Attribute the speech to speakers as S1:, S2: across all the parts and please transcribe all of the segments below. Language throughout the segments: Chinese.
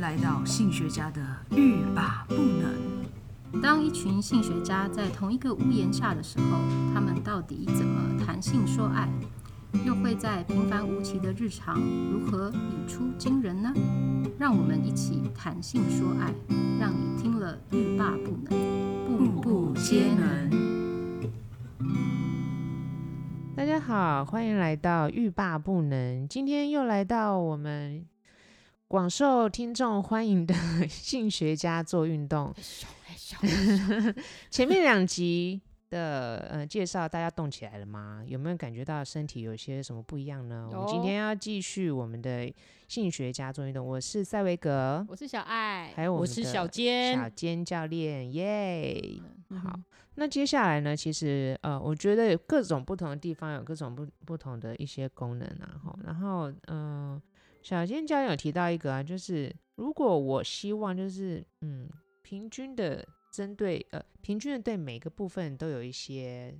S1: 来到性学家的欲罢不能。
S2: 当一群性学家在同一个屋檐下的时候，他们到底怎么谈性说爱？又会在平凡无奇的日常如何语出惊人呢？让我们一起谈性说爱，让你听了欲罢不能，步步皆能。
S3: 大家好，欢迎来到欲罢不能。今天又来到我们广受听众欢迎的 性学家做运动。 前面两集的呃介绍，大家动起来了吗？有没有感觉到身体有些什么不一样呢？我们今天要继续我们的性学家做运动。我是塞维格，
S4: 我是小爱，
S3: 还有我
S5: 我
S3: 们
S5: 是
S3: 的
S5: 小坚，
S3: 小尖教练，耶、
S4: 嗯
S3: 好，那接下来呢？其实呃，我觉得有各种不同的地方有各种不不同的一些功能啊。吼然后嗯、呃小健教练有提到一个啊，就是如果我希望就是嗯，平均的针对呃，平均的对每个部分都有一些。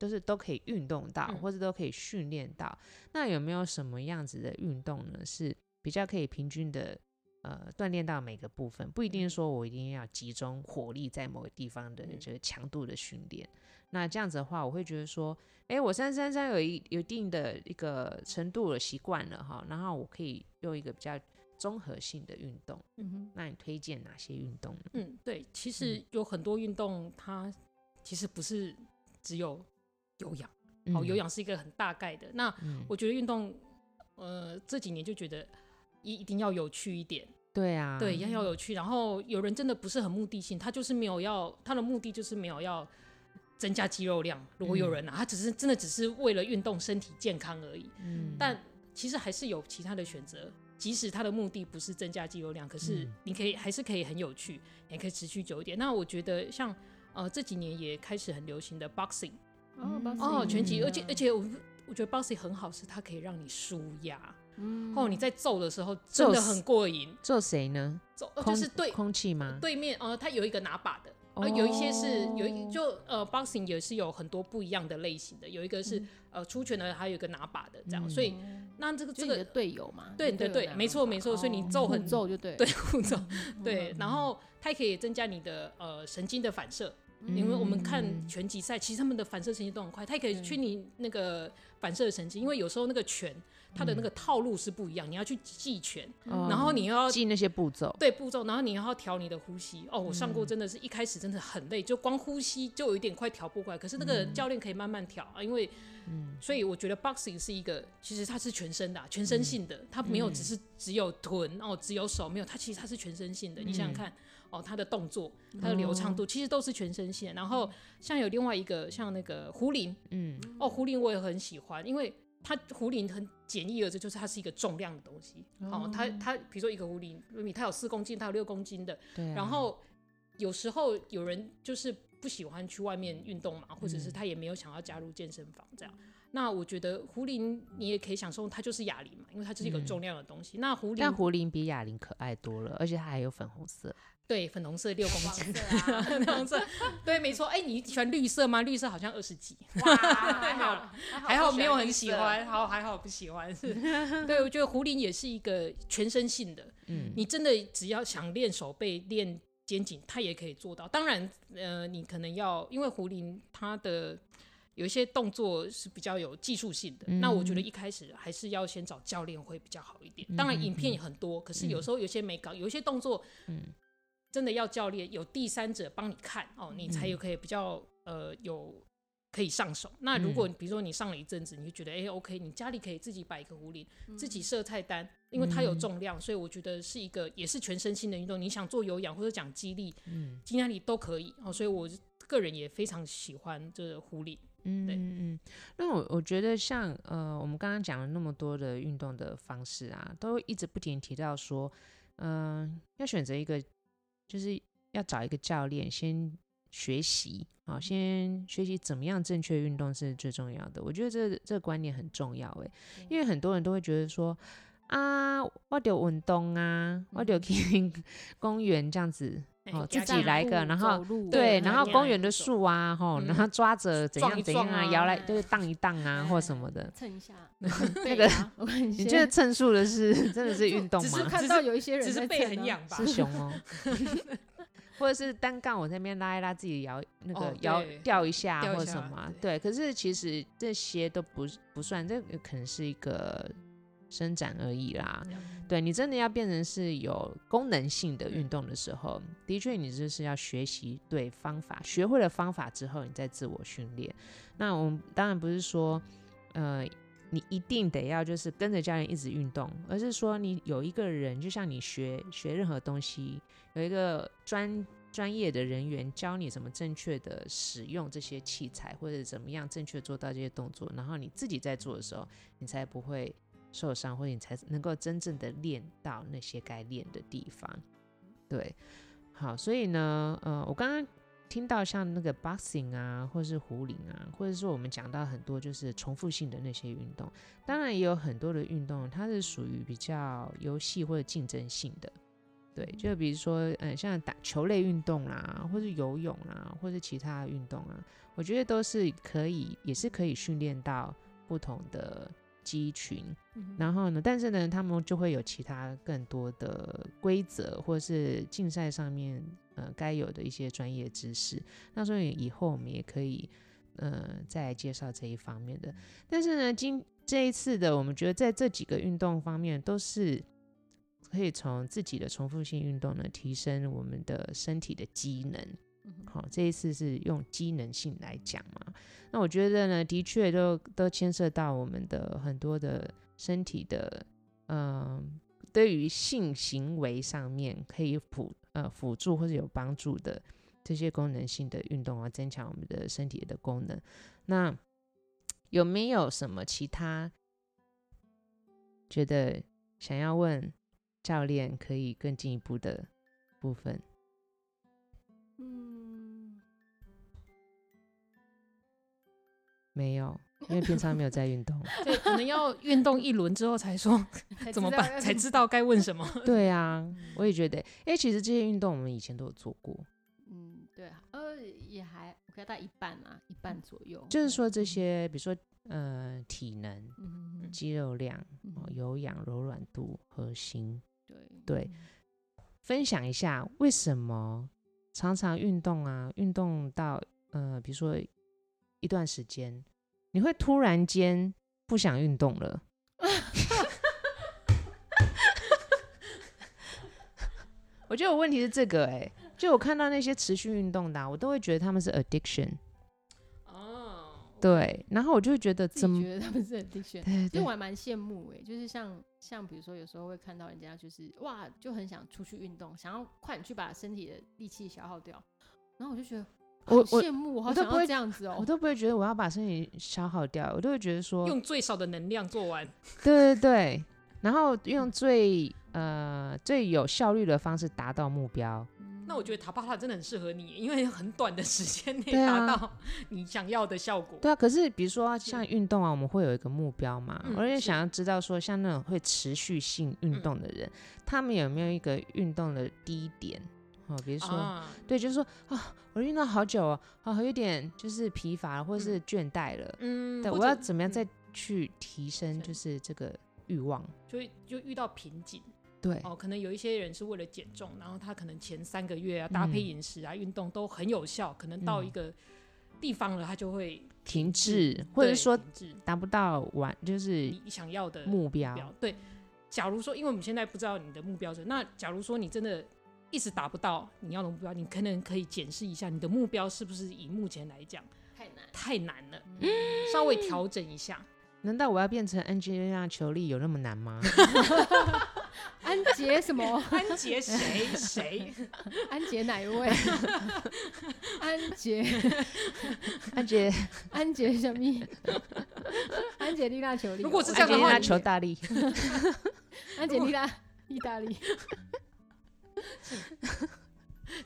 S3: 就是都可以运动到，
S5: 嗯
S3: 或者都可以训练到。那有没有什么样子的运动呢？是比较可以平均的呃锻炼到每个部分，不一定说我一定要集中火力在某个地方的
S5: 嗯
S3: 这个强度的训练。那这样子的话，我会觉得说，哎，我三三三有一有一定的一个程度的习惯了哈，然后我可以用一个比较综合性的运动。
S4: 嗯
S3: 那你推荐哪些运动呢？
S5: 嗯，对，其实有很多运动，它其实不是只有有氧，好，哦有
S3: 嗯，
S5: 氧是一个很大概的。那
S3: 嗯，
S5: 我觉得运动，呃，这几年就觉得一一定要有趣一点，
S3: 对啊，
S5: 对，要要有趣。然后有人真的不是很目的性，他就是没有要，他的目的就是没有要增加肌肉量。如果有
S3: 嗯
S5: 人啊，他只是真的只是为了运动身体健康而已，
S3: 嗯，
S5: 但其实还是有其他的选择。即使他的目的不是增加肌肉量，可是
S3: 嗯
S5: 你可以还是可以很有趣，也可以持续久一点。那我觉得像呃这几年也开始很流行的 boxing
S4: 哼，
S3: 嗯
S5: 哦，拳击，
S3: 嗯
S5: 而且而且我我觉得 boxing 很好，是它可以让你舒压、哦。你在揍的时候真的很过瘾，
S3: 做谁呢？
S5: 揍呃
S3: 空
S5: 就是对
S3: 空气吗？
S5: 对面呃，它有一个拿把的，
S3: 哦，
S5: 呃，有一些是有一就呃，boxing 也是有很多不一样的类型的，有一个是、呃出拳的，还有一个拿把的这样，
S3: 嗯
S5: 所以那这个
S4: 就
S5: 这
S4: 你的
S5: 个
S4: 队友嘛，
S5: 对
S4: 你
S5: 对
S4: 的队友
S5: 对，
S4: 拿
S5: 没错
S4: 嘛
S5: 没错，所以你
S4: 哦
S5: 揍
S4: 互
S5: 很
S4: 揍就对了，
S5: 对互 揍对
S4: 嗯，
S5: 然后它也可以增加你的呃神经的反射，
S4: 嗯
S5: 因为我们看拳击赛，其实他们的反射神经都很快，它也可以去你那个反射神经，因为有时候那个拳它
S4: 嗯
S5: 的那个套路是不一样，你要去记拳，
S3: 哦
S5: 然后你又要
S3: 记那些步骤，嗯
S5: 对步骤，然后你还要调你的呼吸。哦，我上过真的是一开始真的很累，就光呼吸就有一点快调不过来。可是那个教练可以慢慢调啊，因为，所以我觉得 boxing 是一个，其实它是全身的啊、全身性的，它没有只是只有臀哦，只有手没有，它其实它是全身性的。你想想看，哦，它的动作、它的流畅度，其实都是全身性的。然后像有另外一个像那个胡林，
S3: 嗯，
S5: 哦，壶铃我也很喜欢，因为它壶铃很简易而知，就是它是一个重量的东西。哦，它它比如说一个壶铃，你它有四公斤，它有六公斤的。
S3: 对啊。
S5: 然后有时候有人就是不喜欢去外面运动
S3: 嗯
S5: 嘛，或者是他也没有想要加入健身房这样。那我觉得壶铃你也可以享受，它就是哑铃嘛，因为它就是一
S3: 嗯
S5: 个重量的东西。那壶铃
S3: 但胡林比哑铃可爱多了，而且它还有粉红色。
S5: 对粉红色六公
S4: 黄
S5: 斤，
S4: 色啊，
S5: 粉红色对没错。哎，你喜欢绿色吗？绿色好像二十几。
S4: 哇，
S5: 还好还好没有很喜欢，好还好不喜欢是。 对，我觉得壶铃也是一个全身性的，
S3: 嗯，
S5: 你真的只要想练手背、练肩颈，它也可以做到。当然，呃，你可能要因为壶铃它的有一些动作是比较有技术性的，
S3: 嗯
S5: 那我觉得一开始还是要先找教练会比较好一点。当然，影片也很多，可是有时候有些没搞，有一些动作，
S3: 嗯
S5: 真的要教练有第三者帮你看哦，
S3: 嗯
S5: 你才有可以比较呃有可以上手。那如果
S3: 嗯
S5: 比如说你上了一阵子，你就觉得哎、OK，你家里可以自己摆一个壶铃，自己设菜单，因为它
S3: 嗯
S5: 有重量，所以我觉得是一个也是全身心的运动。你想做有氧或者讲肌力、
S3: 嗯
S5: 肌耐力都可以哦，所以我个人也非常喜欢这个壶铃。
S3: 嗯
S5: 对
S3: 嗯嗯。那我我觉得像呃，我们刚刚讲了那么多的运动的方式啊，都一直不停提到说，嗯、要选择一个，就是要找一个教练先学习啊、先学习怎么样正确欸运动是最重要的。我觉得这这个观念很重要诶，因为很多人都会觉得说。啊，我就运动啊，我就去 公园这样子，
S5: 哎
S3: 哦，
S5: 给
S3: 自
S5: 他
S3: 己
S5: 讲
S3: 来一个，然后
S2: 走路
S3: 对，
S5: 对
S3: 然后
S5: 很
S3: 公
S5: 痒
S3: 园的
S5: 那种
S3: 树啊，吼，然
S5: 嗯
S3: 后抓着怎
S5: 撞
S3: 样
S5: 一
S3: 怎样
S5: 撞
S3: 啊，
S5: 啊
S3: 摇来就是荡一荡啊，或什
S2: 哎
S3: 么的。
S2: 蹭一 下
S5: 那
S3: 个
S2: 啊我感
S3: 你
S2: 觉
S3: 觉得蹭树的是 真的是运动
S5: 只
S2: 只
S3: 吗？
S2: 看 到有一些人
S5: 只
S2: 在
S5: 是
S2: 蹭
S5: 背
S2: 啊
S5: 很，痒吧？
S3: 是熊哦，或者是单杠，我在那边拉一拉自己摇那个
S5: 哦
S3: 摇
S5: 对
S3: 掉一下
S5: 掉一
S3: 或者
S5: 下
S3: 什么啊，对。可是其实这些都不是不算，这个可能是一个伸展而已啦。对你真的要变成是有功能性的
S5: 嗯
S3: 运动的时候，的确你就是要学习对方法，学会了方法之后，你再自我训练。那我们当然不是说，呃，你一定得要就是跟着教练一直运动，而是说你有一个人，就像你学学任何东西，有一个专专业的人员教你怎么正确的使用这些器材，或者怎么样正确地做到这些动作，然后你自己在做的时候，你才不会受伤，或者你才能够真正的练到那些该练的地方。对，好，所以呢，呃，我刚刚听到像那个 boxing 啊，或是壶铃啊，或者说我们讲到很多就是重复性的那些运动，当然也有很多的运动，它是属于比较游戏或者竞争性的。对，就比如说，嗯，像打球类运动啦，或是游泳啦，或是其他的运动啊，我觉得都是可以，也是可以训练到不同的肌群。然后呢，但是呢，他们就会有其他更多的规则，或是竞赛上面呃该有的一些专业知识。那所以以后我们也可以呃再来介绍这一方面的。但是呢，今这一次的，我们觉得在这几个运动方面都是。可以从自己的重复性运动呢，提升我们的身体的机能。好、这一次是用机能性来讲嘛。那我觉得呢，的确都都牵涉到我们的很多的身体的，嗯、对于性行为上面可以辅呃辅助或者有帮助的这些功能性的运动啊，增强我们的身体的功能。那有没有什么其他觉得想要问教练可以更进一步的部分？
S2: 嗯，
S3: 没有，因为平常没有在运 动。
S5: 对，可能要运动一轮之后 才说怎么办，才知道该问什么。
S3: 对啊，我也觉得，哎、其实这些运动我们以前都有做过，
S2: 嗯，对，呃，也还我给他一半啊，一半左右，
S3: 就是说这些，比如说呃，体能、
S2: 嗯，嗯，
S3: 肌肉量、
S2: 嗯
S3: 哦、有氧、柔软度、核心，
S2: 对
S3: 对，分享一下为什么常常运动啊，运动到呃，比如说一段时间，你会突然间不想运动了。 我觉得我问题是这个、哎，就我看到那些持续运动的啊、我都会觉得他们是 addiction，
S5: 哦，
S3: 对，然后我就会觉得
S2: 自
S3: 怎
S2: 己
S3: 么
S2: 觉得他们是很 d i c
S3: 对
S2: 其
S3: 对
S2: 实我还蛮羡慕哎、就是像像比如说有时候会看到人家就是哇，就很想出去运动，想要快点去把身体的力气消耗掉，然后我就觉得
S3: 我
S2: 好
S3: 我
S2: 羡慕，我好
S3: 我都
S2: 想
S3: 不
S2: 要
S3: 会
S2: 这样子哦、
S3: 我都不会觉得我要把身体消耗掉，我都会觉得说，
S5: 用最少的能量做完，
S3: 对对对，然后用最呃最有效率的方式达到目标。
S5: 那我觉得塔巴塔真的很适合你，因为很短的时间内
S3: 对啊
S5: 达到你想要的效果。
S3: 对啊，可是比如说像运动啊，我们会有一个目标嘛，
S5: 嗯
S3: 我也
S5: 是
S3: 想要知道说，像那种会持续性运
S5: 嗯
S3: 动的人，他们有没有一个运动的低点？哦，比如说，
S5: 啊，
S3: 对，就是说啊，我运动好久哦，啊，有点就是疲乏了，或是倦怠了，
S5: 嗯，
S3: 对，
S5: 或
S3: 我要
S5: 者
S3: 怎么样
S5: 嗯
S3: 再去提升，
S5: 是
S3: 就是这个欲望？
S5: 就会就遇到瓶颈
S3: 对，
S5: 哦，可能有一些人是为了减重，然后他可能前三个月啊搭配
S3: 嗯
S5: 饮食啊、运动都很有效，可能到一
S3: 嗯
S5: 个地方了，他就会嗯
S3: 停滞，或者
S5: 对
S3: 说
S5: 停滞
S3: 达不到完就是
S5: 你想要的
S3: 目标。
S5: 标。对，假如说，因为我们现在不知道你的目标是，那假如说你真的一直达不到你要的目标，你可能可以检视一下你的目标是不是以目前来讲
S2: 太难，
S5: 太难了，
S3: 嗯
S5: 稍微调整一下。
S3: 难道我要变成 Angelina 裘丽有那么难吗？
S2: 安杰什么？
S5: 安杰谁谁？
S2: 安杰哪一位？安杰
S3: 安杰
S2: 安杰什么？ 安杰丽娜裘丽哦。
S5: 如果是 这
S3: 安
S5: 样
S3: 杰
S5: 的
S3: 丽
S5: 话
S3: 娜
S5: 你
S3: 裘大力，
S2: 安杰丽娜意大利。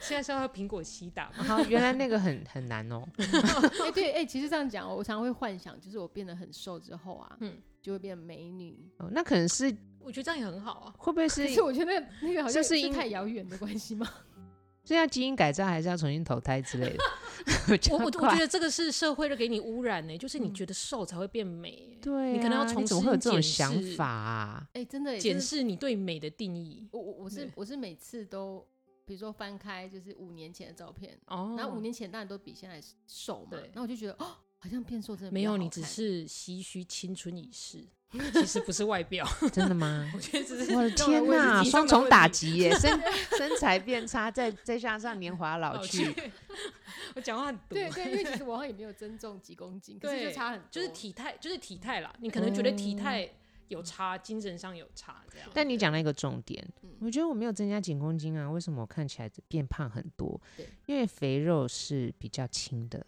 S5: 现在是要苹果西打嘛？
S3: 好，原来那个很很难哦。
S4: 哎、对，哎、其实这样讲哦，我常会幻想，就是我变得很瘦之后啊，
S5: 嗯
S4: 就会变美女。
S3: 哦那可能是
S5: 我觉得这样也很好啊。
S3: 会不会是
S4: 可是我觉得那个好像
S3: 这是因
S4: 太遥远的关系 吗？
S3: 是要基因改造，还是要重新投胎之类的？我
S5: 我
S3: 觉
S5: 我
S3: 得
S5: 我
S3: 怪
S5: 觉得这个是社会的给你污染呢、就是
S4: 嗯
S5: 你觉得瘦才会变美、欸
S3: 对、啊，
S5: 你可能要重
S3: 从怎么会有这
S5: 新
S3: 种
S5: 检
S3: 想
S5: 视
S3: 法啊？
S4: 哎、真的耶，
S5: 检
S4: 就是
S5: 视你对美的定义。
S4: 我我我是
S5: 对
S4: 我是每次都，比如说翻开就是五年前的照片，
S5: 哦，
S4: 然后五年前当然都比现在瘦嘛
S5: 对，
S4: 然后我就觉得哦，好像变瘦真的比
S5: 没
S4: 较
S5: 有，
S4: 好
S5: 你只
S4: 看
S5: 是唏嘘青春已逝，其实不是外表，
S3: 真的 吗？
S5: 我觉得只是
S3: 我的天
S5: 哪，
S3: 呐，双重打击耶，身 身材变差，再再加上年华老
S5: 老
S3: 去，
S5: 去。我讲话很毒，
S4: 对
S5: 欸
S4: 对，因为其 实我好像也没有增重几公斤，可是
S5: 对
S4: 就差很多，嗯
S5: 就是体态，就是体态啦。你可能觉得体态有差，精神上有差，这样。
S3: 但你讲了一个重点
S4: 嗯，
S3: 我觉得我没有增加几公斤啊，为什么我看起来变胖很多
S4: 对？
S3: 因为肥肉是比较轻的，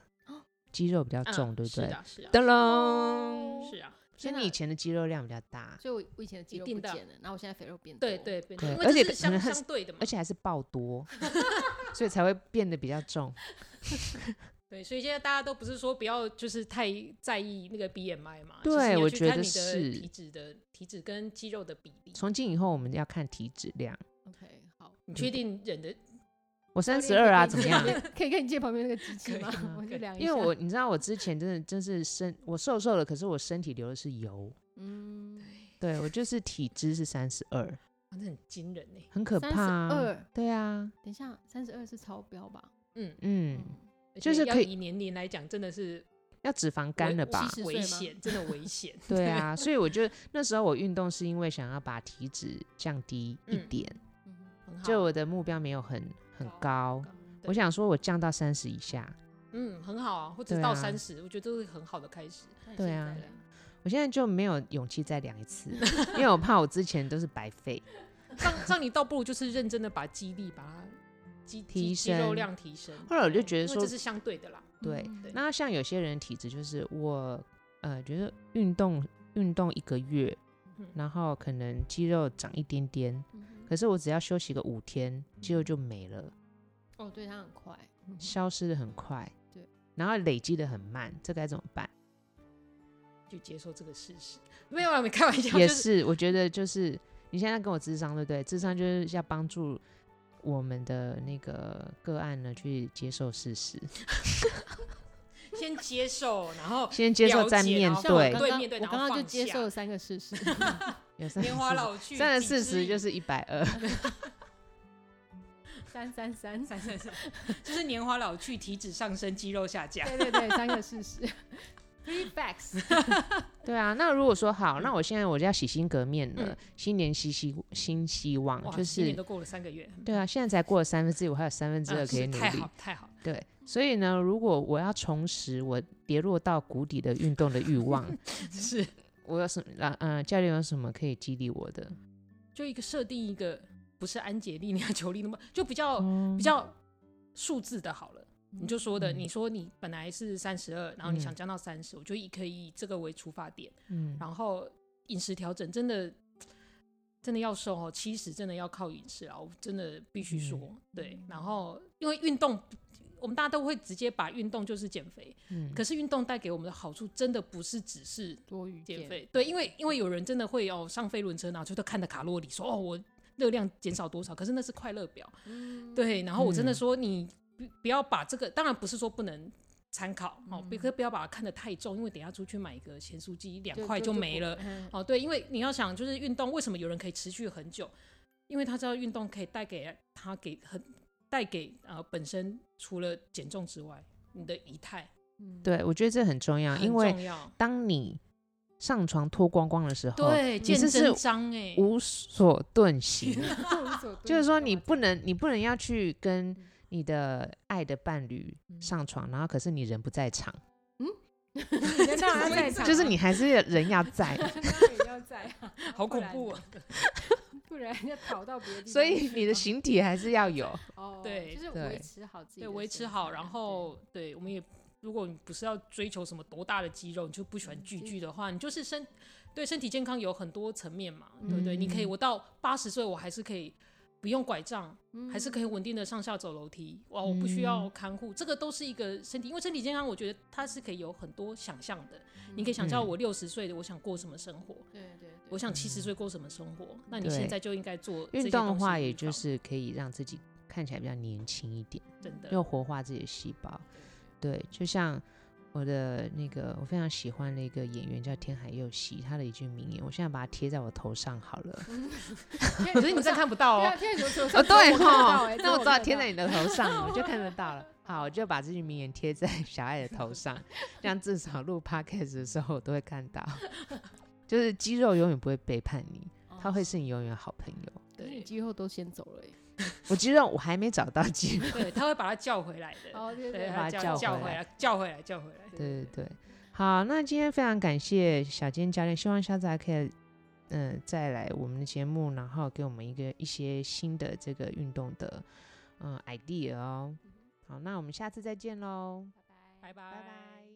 S3: 肌肉比较
S5: 嗯
S3: 重，对不
S5: 是
S3: 对？
S5: 啊，是啊，
S3: 噔隆，
S5: 是啊，
S3: 所以
S4: 天
S3: 你
S4: 哪
S3: 以前的肌肉量比较大，
S4: 所以我我以前的肌
S5: 一
S4: 肉
S5: 定
S4: 不
S5: 的
S4: 减了，然后我现在肥肉变多，
S5: 对对对，
S3: 对
S5: 因
S3: 而
S5: 为
S3: 且
S5: 这是
S3: 可能
S5: 相
S3: 还是
S5: 相对的嘛
S3: 而。且还是爆多，所以才会变得比较重。
S5: 对，所以现在大家都不是说不要就是太在意那个 BMI 嘛，
S3: 对
S5: 就是你要
S3: 我
S5: 去
S3: 觉
S5: 看
S3: 得
S5: 你的
S3: 是
S5: 体脂的体脂跟肌肉的比例。
S3: 从今以后我们要看体脂量，
S4: ，OK，好。
S5: 你确定忍的
S3: 我三十二啊，怎么样？？
S4: 可以跟你借旁边那个机器吗
S5: 可以
S3: 吗？
S4: 我去量一下。
S3: 因为我你知道我之前真的真是身我瘦瘦了，可是我身体流的是油，
S4: 嗯，
S3: 对我就是体脂是三十二，
S5: 反正很惊人欸呢、
S3: 很可怕、啊。
S4: 32
S3: 对啊，
S4: 等一下，三十二是超标吧？
S5: 嗯，
S4: 哦
S3: 嗯，
S5: 而
S3: 就
S5: 且
S3: 是
S5: 要
S3: 可以
S5: 以年龄来讲，真的是
S3: 要脂肪肝了吧
S4: 七？十岁
S5: 危
S4: 吗
S5: 险，真的危险。
S3: 对啊，所以我就那时候我运动是因为想要把体脂降低一
S5: 嗯
S3: 点，
S4: 嗯，
S5: 很好，
S3: 就我的目标没有很很高，
S5: 对
S3: 我想说我降到三十以下。
S5: 嗯很好啊，或者
S3: 对
S5: 到
S3: 啊
S5: 三十、我觉得都是很好的开始。
S4: 那你
S3: 对
S4: 现
S3: 啊
S4: 在嘞
S3: 我现在就没有勇气再量一次，因为我怕我之前都是白费。
S5: 让让你倒不如就是认真的把肌力把它肌
S3: 提
S5: 肌肌肉
S3: 升
S5: 量提升。嗯
S3: 后来我就觉得
S5: 因为
S3: 说
S5: 这是相对的啦，
S3: 对
S4: 嗯，
S3: 那像有些人体质就是我，呃，觉得运动运动一个月
S5: 嗯，
S3: 然后可能肌肉长一点点，
S4: 哼
S3: 可是我只要休息个五天，肌肉就没了，
S4: 哦，对，它很快，嗯
S3: 消失的很快，
S4: 对，
S3: 然后累积的很慢，这该怎么办？
S5: 就接受这个事实。没有啊，没开玩笑，
S3: 也
S5: 就是
S3: 是，我觉得就是你现在跟我智商对不对？智商就是要帮助。我们的那个个案呢，去接受事 实，
S5: 先接受，然后
S3: 先接受
S5: 了
S3: 再
S5: 解
S3: 面
S5: 然后
S4: 像我
S3: 对
S4: 刚。
S5: 对
S4: 刚
S5: 面对
S4: 我
S5: 然后
S4: 刚刚就
S5: 放
S4: 接
S5: 下
S4: 受了三个事 实，
S3: 有三
S5: 年华
S3: 十
S5: 老去，
S3: 三十
S5: 体
S3: 四十
S5: 脂
S3: 就是一百 二，
S4: 三三三三三三，
S5: 就是年华老去，体脂上升，肌肉下降。
S4: 对对对，三个事 实，three facts，
S3: 对啊，那如果说好，那我现在我就要洗心革面了，
S5: 嗯
S3: 新年新希新希望，
S5: 哇，
S3: 就
S5: 今年
S3: 是
S5: 都过了三个月，
S3: 对啊，现在才过了三分之一，我还有三分之二
S5: 啊
S3: 可以
S5: 是
S3: 努
S5: 太
S3: 力。
S5: 好太好，
S3: 对，所以呢，如果我要重拾我跌落到谷底的运动的欲 望，
S5: 是
S3: 我有什么？啊嗯、教练有什么可以激励我的？
S5: 就一个设定一个不是安杰丽娜裘丽那么就比较
S3: 哦
S5: 比较数字的好了。你就说的，你说你本来是三十二，然后你想
S3: 嗯
S5: 降到三十，我就以可以以这个为出发点，
S3: 嗯，
S5: 然后饮食调整，真的真的要瘦哦，七十真的要靠饮食啊，我真的必须说，对。然后因为运动，我们大家都会直接把运动就是减肥，
S3: 嗯
S5: 可是运动带给我们的好处，真的不是只是
S4: 多余
S5: 减
S4: 点，
S5: 肥，对，因为因为有人真的会哦上飞轮车，然后就都看着卡路里说哦我热量减少多少，可是那是快乐表，对，然后我真的
S3: 嗯
S5: 说你不不要把这个，当然不是说不能。参考哦，别可不要把它看得太重，因为等一下出去买一个咸酥鸡两块就没了。
S4: 嗯
S5: 哦，对，因为你要想，就是运动为什么有人可以持续很久？因为他知道运动可以带给他给很带给呃本身除了减重之外，你的仪态
S4: 嗯
S3: 对， 我觉得这很重要，
S5: 很
S3: 啊因为
S5: 重要。
S3: 当你上床脱光光的时候，
S5: 对，
S3: 哦你
S5: 见
S3: 这是
S5: 真章哎、
S3: 无所遁形。 就是说你不
S4: 能
S3: 能，你不能要去跟
S5: 嗯
S3: 你的爱的伴侣
S4: 嗯
S3: 上床，然后可是你人不在场，
S4: 当
S5: 啊
S4: 然在啊场，
S3: 就 是你还是人要 在，
S4: 当 然要在啊，
S5: 好恐怖啊！
S4: 不然要跑到别的地方去，
S3: 所以你的形体还是要有。
S4: 哦，
S5: 对
S4: 就是
S3: 对
S4: 维持好自己的身材，
S5: 对，维持好，然后对我们也，如果你不是要追求什么多大的肌肉，你就不喜
S3: 嗯
S5: 欢巨巨的话，你就是身
S3: 嗯
S5: 对身体健康有很多层面嘛，对不对？你可以，我到八十岁我还是可以。不用拐杖，还是
S3: 嗯
S5: 可以稳定的上下走楼梯。哇，我不需要看护，这个都是一个身体，因为身体健康，我觉得它是可以有很多想象的。你可以想象
S3: 嗯
S5: 我六十岁的我想过什么生活，
S4: 对对对，
S5: 我想七十岁过什么生活，那你
S3: 对
S5: 现在就应该做这些
S3: 运动的
S5: 东西
S3: 话，
S5: 预
S3: 也就
S5: 防
S3: 是可以让自己看起来比较年轻一点，
S5: 真的
S3: 又活化自己的细胞。对，就像我的那个我非常喜欢的一个演员叫天海佑希，他的一句名言，我现在把它贴在我头上好了。
S5: 可是你这看不到
S4: 对
S5: 哦
S4: 啊，。现在有有
S3: 哦，对
S4: 哈
S3: 哈，，
S5: 欸
S3: 那我
S4: 知
S3: 知道贴在你的头上，我就看得到 了。好，我就把这句名言贴在小爱的头上，这样至少录 podcast 的时候我都会看到。 就是肌肉永远不会背叛你，它
S5: 哦
S3: 会是你永远的好朋友。
S4: 哦对，你
S5: 对
S4: 肌肉都先走了耶，哎
S3: 我肌肉我还没找到肌肉，
S5: 对，他会把它叫回来的。
S4: 哦对
S5: 对，
S3: 把它
S5: 他
S3: 叫
S5: 叫
S3: 回
S5: 回
S3: 来
S5: 来，叫回来，叫回来。
S3: 对对对。好，那今天非常感谢小坚教练，希望下次还可以，嗯、再来我们的节目，然后给我们一个一些新的这个运动的，嗯、idea 哦。好，那我们下次再见喽，
S5: 拜拜
S3: 拜拜。